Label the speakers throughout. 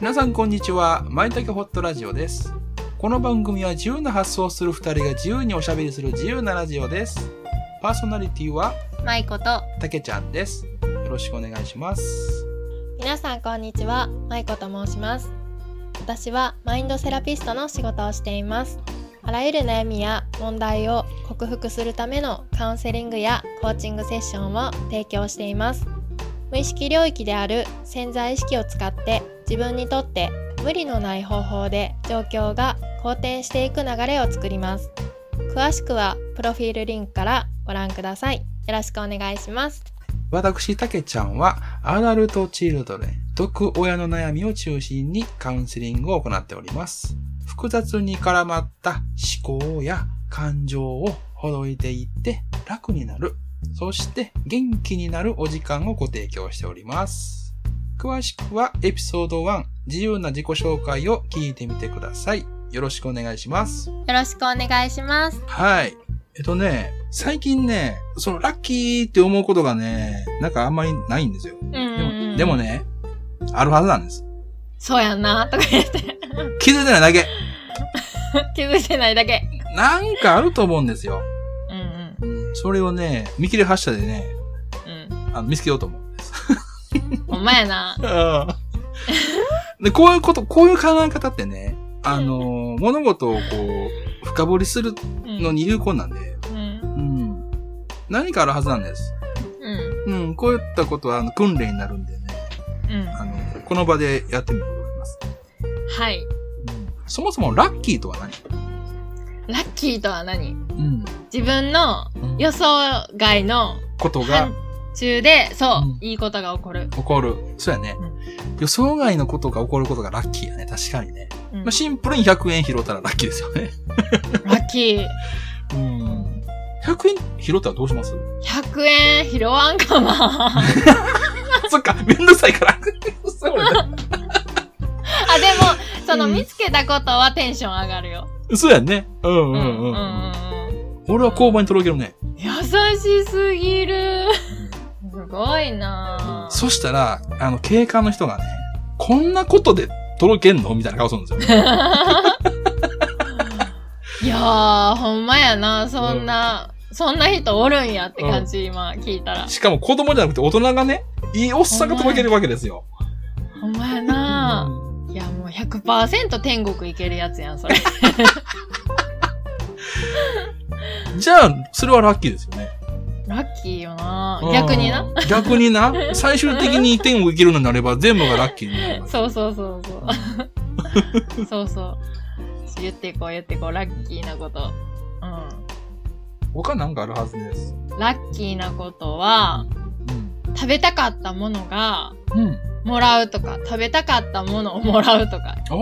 Speaker 1: 皆さんこんにちは。まいたけホットラジオです。この番組は自由な発想をする二人が自由におしゃべりする自由なラジオです。パーソナリティは
Speaker 2: まいこと
Speaker 1: たけちゃんです。よろしくお願いします。
Speaker 2: 皆さんこんにちはまいこと申します私はマインドセラピストの仕事をしていますあらゆる悩みや問題を克服するためのカウンセリングやコーチングセッションを提供しています無意識領域である潜在意識を使って自分にとって無理のない方法で状況が好転していく流れを作ります詳しくはプロフィールリンクからご覧くださいよろしくお願いします
Speaker 1: 私、たけちゃんはアダルトチルドレン、毒親の悩みを中心にカウンセリングを行っております。複雑に絡まった思考や感情をほどいていって楽になる。そして元気になるお時間をご提供しております。詳しくはエピソード1、自由な自己紹介を聞いてみてください。よろしくお願いします。
Speaker 2: よろしくお願いします
Speaker 1: はい。えっとね、最近ね、そのラッキーって思うことがね、なんかあんまりないんですよ。
Speaker 2: で
Speaker 1: でもでもね、あるはずなんです。
Speaker 2: そうやんなとか言って
Speaker 1: 気づいてないだけ。
Speaker 2: 気づいてないだけ
Speaker 1: なんかあると思うんですよ。
Speaker 2: うんうん
Speaker 1: うんそれをね、見切り発車でね、
Speaker 2: うん
Speaker 1: あの見つけようと思うんです。
Speaker 2: ほんまやな
Speaker 1: で、こういうこと、こういう考え方ってね、あのー物事をこう、深掘りする
Speaker 2: うん
Speaker 1: のに有効なんで、
Speaker 2: う
Speaker 1: う
Speaker 2: ん
Speaker 1: ん。何かあるはずなんです。
Speaker 2: うん
Speaker 1: うん、こういったことはあの訓練になるんでね、
Speaker 2: うん
Speaker 1: あの、この場でやってみようと思います。
Speaker 2: はい
Speaker 1: そもそもラッキーとは何
Speaker 2: ラッキーとは何
Speaker 1: うん。
Speaker 2: 自分の予想外の
Speaker 1: ことが
Speaker 2: 範疇でそう、
Speaker 1: うん
Speaker 2: いいことが起こる、
Speaker 1: 起こる。そうやね。
Speaker 2: うん
Speaker 1: 予想外のことが起こることがラッキーやね。確かにね。
Speaker 2: うん
Speaker 1: まあ、シンプルに100円拾ったらラッキーですよね。
Speaker 2: ラッキー
Speaker 1: うん。100円拾ったらどうします
Speaker 2: 100円拾わんかなあ
Speaker 1: そっか、めんどくさい から。そうやね
Speaker 2: でもその
Speaker 1: うん
Speaker 2: 見つけたことはテンション上がるよ、
Speaker 1: そうやね。うん
Speaker 2: う
Speaker 1: うんう。
Speaker 2: う
Speaker 1: うん、
Speaker 2: んん
Speaker 1: 俺は交番に届けるね。
Speaker 2: 優しすぎるすごいなぁ
Speaker 1: そしたら、あの、警官の人がね、こんなことで届けんのみたいな顔するんですよ。
Speaker 2: いやー、ほんまやな、そんな、そんな人おるんやって感じ、今聞いたら。
Speaker 1: しかも子供じゃなくて大人がね、いいおっさんが届けるわけですよ。
Speaker 2: ほんまや
Speaker 1: う
Speaker 2: な。
Speaker 1: ん
Speaker 2: いや、もう100%天国行けるやつやん、それ。
Speaker 1: じゃあ、それはラッキーですよね。
Speaker 2: ラッキーよな。逆にな。
Speaker 1: うん。逆にな。最終的に天国行けるのになれば、全部がラッキーにな る。
Speaker 2: そうそうそう そう。そうそう。言っていこう、言っていこう、ラッキーなこと。う
Speaker 1: 他なんかあるはずです。
Speaker 2: ん。ラッキーなことは、食べたかったものが、
Speaker 1: うん。うん。
Speaker 2: もらうとか、食べたかったものをもらうとか、
Speaker 1: ああ、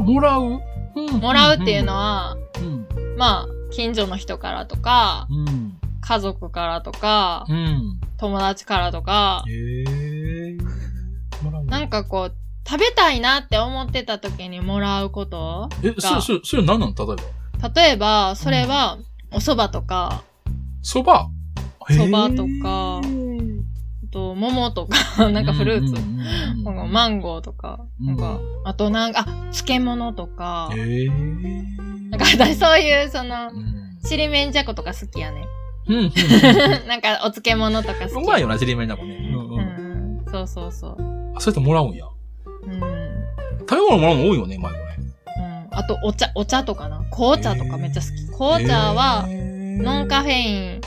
Speaker 1: もらう、うん
Speaker 2: もらうっていうの。は、
Speaker 1: うん。
Speaker 2: まあ、近所の人からとか、
Speaker 1: うん。
Speaker 2: 家族からとか、
Speaker 1: うん。
Speaker 2: 友達からとか、
Speaker 1: へえ。もらう。
Speaker 2: なんかこう、食べたいなって思ってた時にもらうこと
Speaker 1: え、そ、そ、それ何なの例えば。
Speaker 2: 例えば、それは、お蕎麦とか、
Speaker 1: そば。
Speaker 2: そばとかあと、桃とか、 なんかフルーツ、
Speaker 1: ツ
Speaker 2: なんかマンゴーとか、なんか
Speaker 1: う、
Speaker 2: あとなんか、あ、漬物とか、
Speaker 1: へえ。
Speaker 2: なんか私そういう、その
Speaker 1: う、ん。
Speaker 2: ちりめんじ ゃことか好きやね。
Speaker 1: うんうん。
Speaker 2: なんか、お漬物とか好
Speaker 1: う
Speaker 2: き。
Speaker 1: まいよな、ちりめんだもんね。うん
Speaker 2: う
Speaker 1: うん。
Speaker 2: ん、そうそうそう。
Speaker 1: あ、それってもらうんや。
Speaker 2: うん。
Speaker 1: 食べ物もらうの多いよね、前もね。
Speaker 2: うん、あとお茶お茶とかな紅茶とかめっちゃ好き、紅茶はノンカ
Speaker 1: フ
Speaker 2: フェイン
Speaker 1: ェ。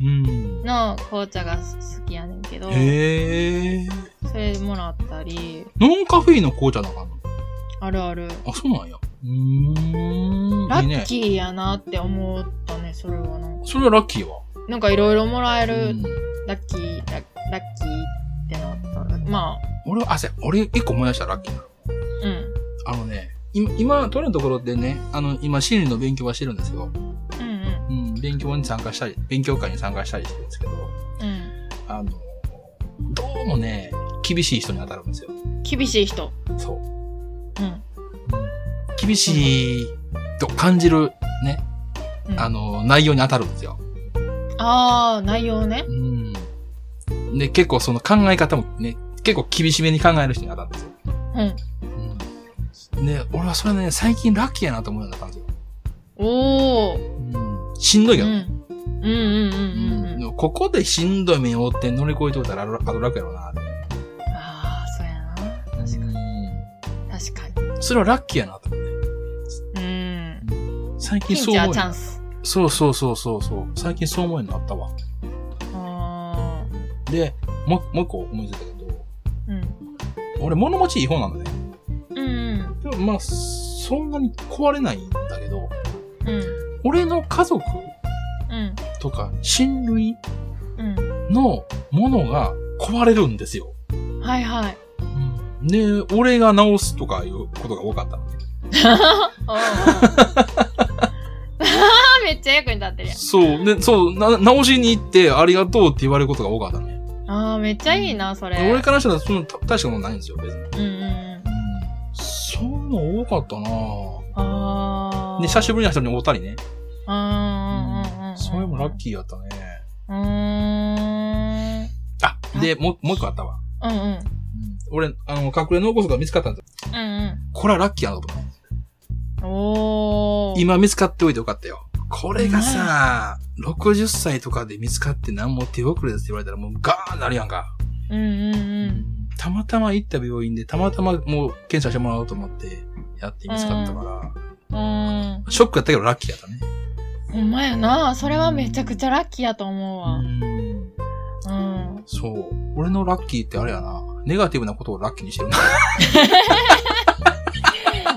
Speaker 1: うん。
Speaker 2: の紅茶が好きやねんけど
Speaker 1: へえ。
Speaker 2: それもらったり
Speaker 1: ノンカフェインの紅茶なんかあるの
Speaker 2: あるある
Speaker 1: あ、そうなんや。うーん。
Speaker 2: ラ
Speaker 1: いい
Speaker 2: ッ
Speaker 1: ね。
Speaker 2: キーやなって思ったねそれはな
Speaker 1: それはラッキーは。
Speaker 2: なんかいろいろもらえる、
Speaker 1: うん
Speaker 2: ラッキーララッキーってなったまあ
Speaker 1: 俺は、あ、せ、俺一個思い出したラッキーなの。
Speaker 2: うん
Speaker 1: あのね、今、今、とりあえずところでね、あの、今、心理の勉強はしてるんですよ。
Speaker 2: うんうん
Speaker 1: うん、勉強に参加したり、勉強会に参加したりしてるんですけど、
Speaker 2: う
Speaker 1: あの、どうもね、厳しい人に当たるんですよ。
Speaker 2: ん厳しい人
Speaker 1: そう。
Speaker 2: うん
Speaker 1: 厳しいと感じる、ね、
Speaker 2: うん
Speaker 1: あの、内容に当たるんですよ。
Speaker 2: あー内容ね
Speaker 1: うん。で、結構その考え方もね、結構厳しめに考える人に当たるんですよ。
Speaker 2: うん
Speaker 1: うんで、俺はそれね、最近ラッキーやなと思うようになったんですよ。
Speaker 2: おー。
Speaker 1: うん。しんどい
Speaker 2: うん。う
Speaker 1: よ。
Speaker 2: んうんうんうん
Speaker 1: で
Speaker 2: うん。
Speaker 1: もここでしんどい目を負って乗り越えておいたら、あと楽やろうな。
Speaker 2: ああ、そうやな。確かに。確かに。
Speaker 1: それはラッキーやなと思って。
Speaker 2: うん。
Speaker 1: 最近
Speaker 2: ピン
Speaker 1: そう
Speaker 2: チは
Speaker 1: 思う
Speaker 2: チ
Speaker 1: よ
Speaker 2: ャンス。
Speaker 1: そうそうそうそうそう。最近そう思うようになったわ。
Speaker 2: あ
Speaker 1: で、もう、もう一個思いついたけど、
Speaker 2: ーうん。
Speaker 1: 俺物持ちいい方なのね。
Speaker 2: うん
Speaker 1: でもまあ、そんなに壊れないんだけど、
Speaker 2: うん。うん。
Speaker 1: 俺の家族
Speaker 2: うん。
Speaker 1: とか親類
Speaker 2: う
Speaker 1: のものが壊れるんですよ。
Speaker 2: ん。はいはい。
Speaker 1: で、俺が直すとかいうことが多かったのね。
Speaker 2: おうおうあーめっちゃ役に立ってるやん。
Speaker 1: そう、で、そう、な直しに行ってありがとうって言われることが多かったのね。
Speaker 2: ああ、めっちゃいいな、それ。
Speaker 1: 俺からしたらそのた大したことないんですよ、別に。
Speaker 2: うんうんうん。
Speaker 1: そんな多かったなぁ。
Speaker 2: ああ。
Speaker 1: で、久
Speaker 2: 真。
Speaker 1: しぶりの人におったりね。
Speaker 2: うんうんうんうん。
Speaker 1: それもラッキーやったね。
Speaker 2: うーん。
Speaker 1: あ、で、もう、もう一個あったわ。
Speaker 2: うんうん。
Speaker 1: 俺、あの、隠れ残すが見つかったんだ。
Speaker 2: うん
Speaker 1: これはラッキーやなと思った。
Speaker 2: うん。おー。
Speaker 1: 今見つかっておいてよかったよ。これがさ、60歳とかで見つかって何も手遅れですって言われたらもうガーンなるやんか。
Speaker 2: うんうんうん。
Speaker 1: たまたま行った病院で、たまたまもう検査してもらおうと思ってやって見つかったから、
Speaker 2: うん。
Speaker 1: ショックやったけどラッキーやったね。
Speaker 2: ほんまやな。それはめちゃくちゃラッキーやと思うわ。
Speaker 1: うん
Speaker 2: うん。
Speaker 1: そう。俺のラッキーってあれやな。ネガティブなことをラッキーにしてるな。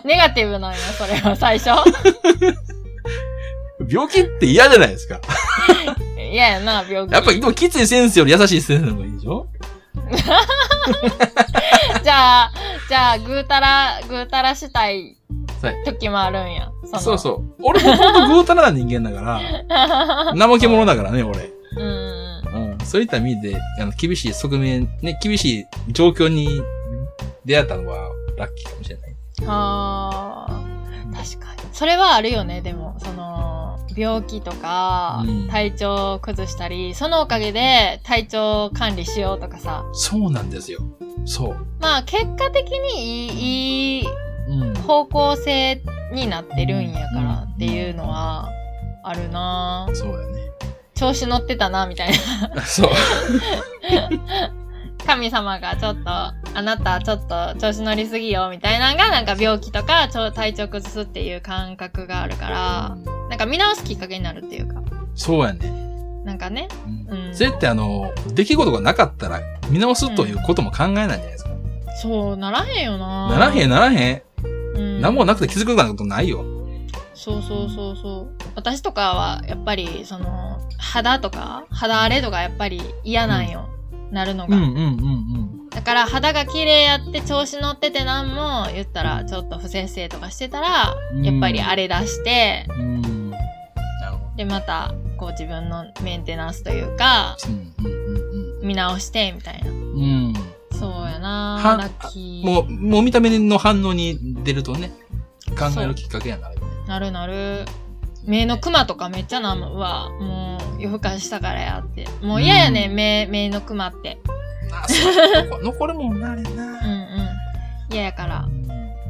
Speaker 2: ネガティブなんや、それは最初。
Speaker 1: 病気って嫌じゃないですか。
Speaker 2: 嫌やな、病気。
Speaker 1: やっぱり、でもきつい先生より優しい先生の方がいいでしょ
Speaker 2: じゃあ、じゃあ、ぐうたら、ぐうたらしたい
Speaker 1: はい
Speaker 2: 時もあるんや。
Speaker 1: そう
Speaker 2: う。
Speaker 1: そう。俺もともとぐうたらな人間だから、怠け者だからね、俺。
Speaker 2: うん。
Speaker 1: うん。そういった意味で、あの、厳しい側面、ね、厳しい状況に出会ったのはラッキーかもしれない。
Speaker 2: はあ。確かに。それはあるよね、でも。その、病気とか
Speaker 1: うん、
Speaker 2: 体調崩したり、そのおかげで体調管理しようとかさ。
Speaker 1: そうなんですよ。そう。
Speaker 2: まあ、結果的にいい、いい
Speaker 1: うん。
Speaker 2: 方向性になってるんやから
Speaker 1: うん
Speaker 2: っていうのは、あるなぁ
Speaker 1: そうだね。
Speaker 2: 調子乗ってたなみたいな。
Speaker 1: そう。
Speaker 2: 神様がちょっと、あなたちょっと調子乗りすぎよみたいなのが、なんか病気とかちょ体調崩すっていう感覚があるから、なんか見直すきっかけになるっていうか、
Speaker 1: そうやね。
Speaker 2: なんかね。
Speaker 1: うん
Speaker 2: うん
Speaker 1: それってあの、出来事がなかったら見直すということも考えないんじゃないですか。
Speaker 2: そう、ならへんよな
Speaker 1: ならへん、ならへん。
Speaker 2: うん。
Speaker 1: なんもなくて気づくようなことないよ。
Speaker 2: そうそうそうそう。私とかは、やっぱり、その、肌とか、肌荒れとかやっぱり嫌なんよ。なるの
Speaker 1: うん
Speaker 2: が。
Speaker 1: うんうんうん。
Speaker 2: だから肌が綺麗やって調子乗っててなんも言ったらちょっと不摂生とかしてたら
Speaker 1: うん
Speaker 2: やっぱり荒れ出して
Speaker 1: うん。なるほ
Speaker 2: でまたこう自分のメンテナンスというか
Speaker 1: ど。うんうんうん
Speaker 2: 見直してみたいな
Speaker 1: うん。うん。
Speaker 2: そうや
Speaker 1: は
Speaker 2: なラッキー
Speaker 1: もう、もう見た目の反応に出るとね、考えるきっかけやなるよね。
Speaker 2: なるなる目のクマとかめっちゃなんもうわもう夜更かししたからやってもう嫌やね、、
Speaker 1: うんん
Speaker 2: 目目のクマって
Speaker 1: あそう残 残るもんな、あれ
Speaker 2: うん
Speaker 1: な。
Speaker 2: うん嫌やから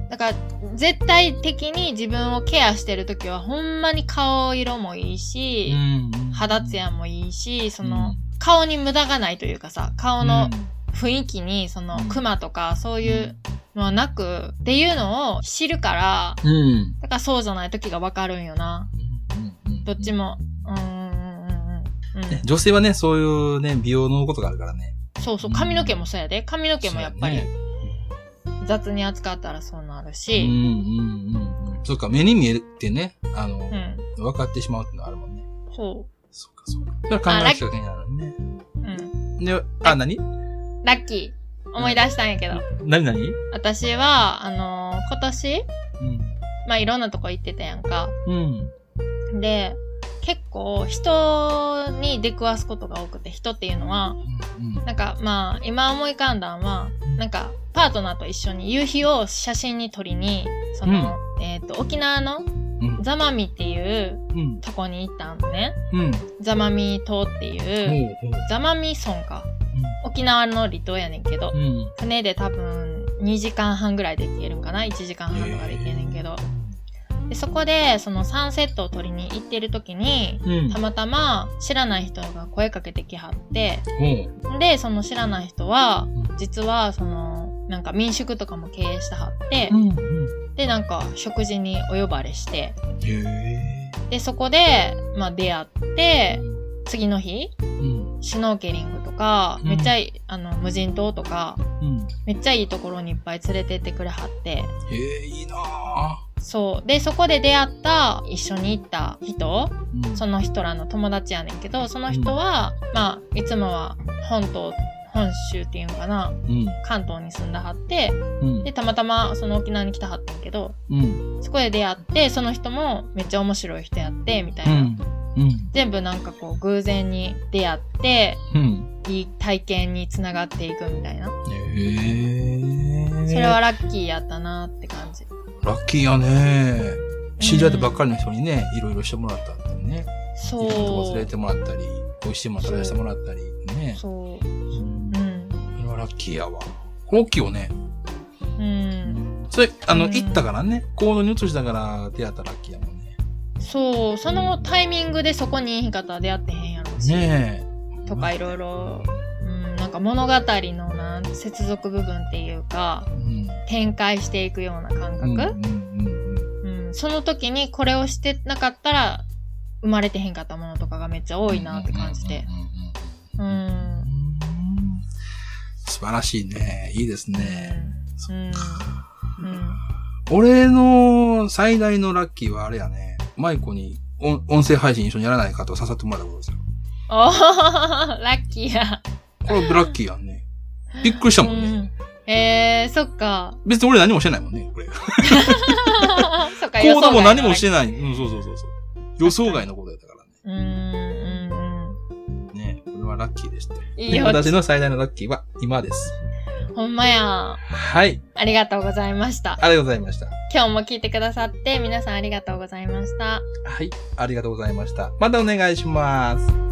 Speaker 2: だから絶対的に自分をケアしてる時はほんまに顔色もいいし、
Speaker 1: うん
Speaker 2: 肌ツヤもいいし、その、、顔に無駄がないというかさ、顔の雰囲気に、その
Speaker 1: う、ん
Speaker 2: クマとか、そういうのはなく、っていうのを知るから、
Speaker 1: うん、うん。
Speaker 2: だからそうじゃない時がわかるんよな。どっち
Speaker 1: も。
Speaker 2: も。うーん、うん、うん。うん
Speaker 1: ね女性はね、そういうね、美容のことがあるからね。
Speaker 2: そうそう、髪の毛もそうやで。髪の毛もやっぱり
Speaker 1: そうやね
Speaker 2: 雑に扱ったらそうなる
Speaker 1: うん
Speaker 2: し。
Speaker 1: うんうんうん。そっか、目に見えるってね、あの、
Speaker 2: うん。
Speaker 1: 分かってしまうってのはあるもんね。
Speaker 2: そ
Speaker 1: そっかそっか。それは考えるきっかけになるね。
Speaker 2: う。うん。
Speaker 1: で、あ、なに
Speaker 2: ラッキー。思い出したんやけど。
Speaker 1: なになに
Speaker 2: 私は、あのー今年、
Speaker 1: うん。
Speaker 2: まあ、いろんなとこ行ってたやんか。
Speaker 1: うん。
Speaker 2: で結構人に出くわすことが多くて人っていうのは
Speaker 1: うん。
Speaker 2: なんかまあ今思い浮かんだんはなんかパートナーと一緒に夕日を写真に撮りにその、えっと沖縄の
Speaker 1: うん。
Speaker 2: 座間味っていう
Speaker 1: うん。
Speaker 2: とこに行ったんね
Speaker 1: うん。
Speaker 2: 座間味島っていう
Speaker 1: ほうほう
Speaker 2: 座間味村か沖縄の離島やねんけど
Speaker 1: うん。
Speaker 2: 船で多分2時間半ぐらいでいけるんかな1時間半とかでいけんねんけどでそこでそのサンセットを撮りに行ってる時に
Speaker 1: うん
Speaker 2: た。またま知らない人が声かけてきはって
Speaker 1: おう
Speaker 2: でその知らない人は
Speaker 1: うん
Speaker 2: 実はそのなんか民宿とかも経営してはって
Speaker 1: うんうん。
Speaker 2: でなんか食事にお呼ばれして
Speaker 1: へえ。
Speaker 2: でそこで、まあ、出会って
Speaker 1: う
Speaker 2: 次の日
Speaker 1: ん。
Speaker 2: シュノーケリングとか、
Speaker 1: うん
Speaker 2: めっちゃいあの無人島とか
Speaker 1: うん。
Speaker 2: めっちゃいいところにいっぱい連れてってくれはって
Speaker 1: へえ、いいなあ
Speaker 2: そうでそこで出会った一緒に行った人
Speaker 1: うん
Speaker 2: その人らの友達やねんけどその人は、まあいつもは本島本州っていうんかな
Speaker 1: うん。
Speaker 2: 関東に住んだはって
Speaker 1: うん
Speaker 2: でたまたまその沖縄に来たはってんけど
Speaker 1: うん。
Speaker 2: そこで出会ってその人もめっちゃ面白い人やってみたいな、
Speaker 1: うん。
Speaker 2: 全部なんかこう偶然に出会って
Speaker 1: うん。
Speaker 2: いい体験につながっていくみたいな
Speaker 1: へえ。
Speaker 2: それはラッキーやったなって感じ
Speaker 1: ラッキーやね。知り合ってばっかりの人にね、いろいろしてもらったんだよね。いろんなとこ
Speaker 2: そ
Speaker 1: 連れてもらったり、美味しいもの食べさせてもらったりね
Speaker 2: う。そううんうん
Speaker 1: それはラッキーやわ。大きいよね。
Speaker 2: うん
Speaker 1: それ、あの、
Speaker 2: うん
Speaker 1: 行ったからね、行動に移したから出会ったラッキーやもんね。
Speaker 2: そうそのタイミングでそこにいい方は出会ってへんやろうし、
Speaker 1: ねえ。
Speaker 2: とかいろいろうんなんか物語のなん接続部分っていうか
Speaker 1: うん。
Speaker 2: 展開していくような感
Speaker 1: うん
Speaker 2: 覚、
Speaker 1: うんうんうん
Speaker 2: うんその時にこれをしてなかったら生まれてへんかったものとかがめっちゃ多いなって感じて。う
Speaker 1: うんんうんうんうんうん素晴らしいね。いいですね。
Speaker 2: う
Speaker 1: そ
Speaker 2: んうん
Speaker 1: 俺の最大のラッキーはあれやね。マイコに音音声配信一緒にやらないかと誘ってもらったことですよ。
Speaker 2: おーラッキーや、
Speaker 1: これラッキーやんね。びっくりした
Speaker 2: う
Speaker 1: もんね。
Speaker 2: ん、えー、そっか
Speaker 1: 別に俺何もしてないもんね、これ。
Speaker 2: そっか
Speaker 1: 行動も何もしててない。うん、そうそうそうそう。予想外のことやったからね。
Speaker 2: うんうん
Speaker 1: ねこれはラッキーでした。
Speaker 2: うんいい
Speaker 1: ね
Speaker 2: よ
Speaker 1: 私の最大のラッキーは今です。
Speaker 2: ほんまや
Speaker 1: はい。
Speaker 2: ありがとうございました
Speaker 1: ありがとうございました。
Speaker 2: 今日も聞いてくださって皆さんありがとうございました
Speaker 1: はい。ありがとうございました。またお願いします。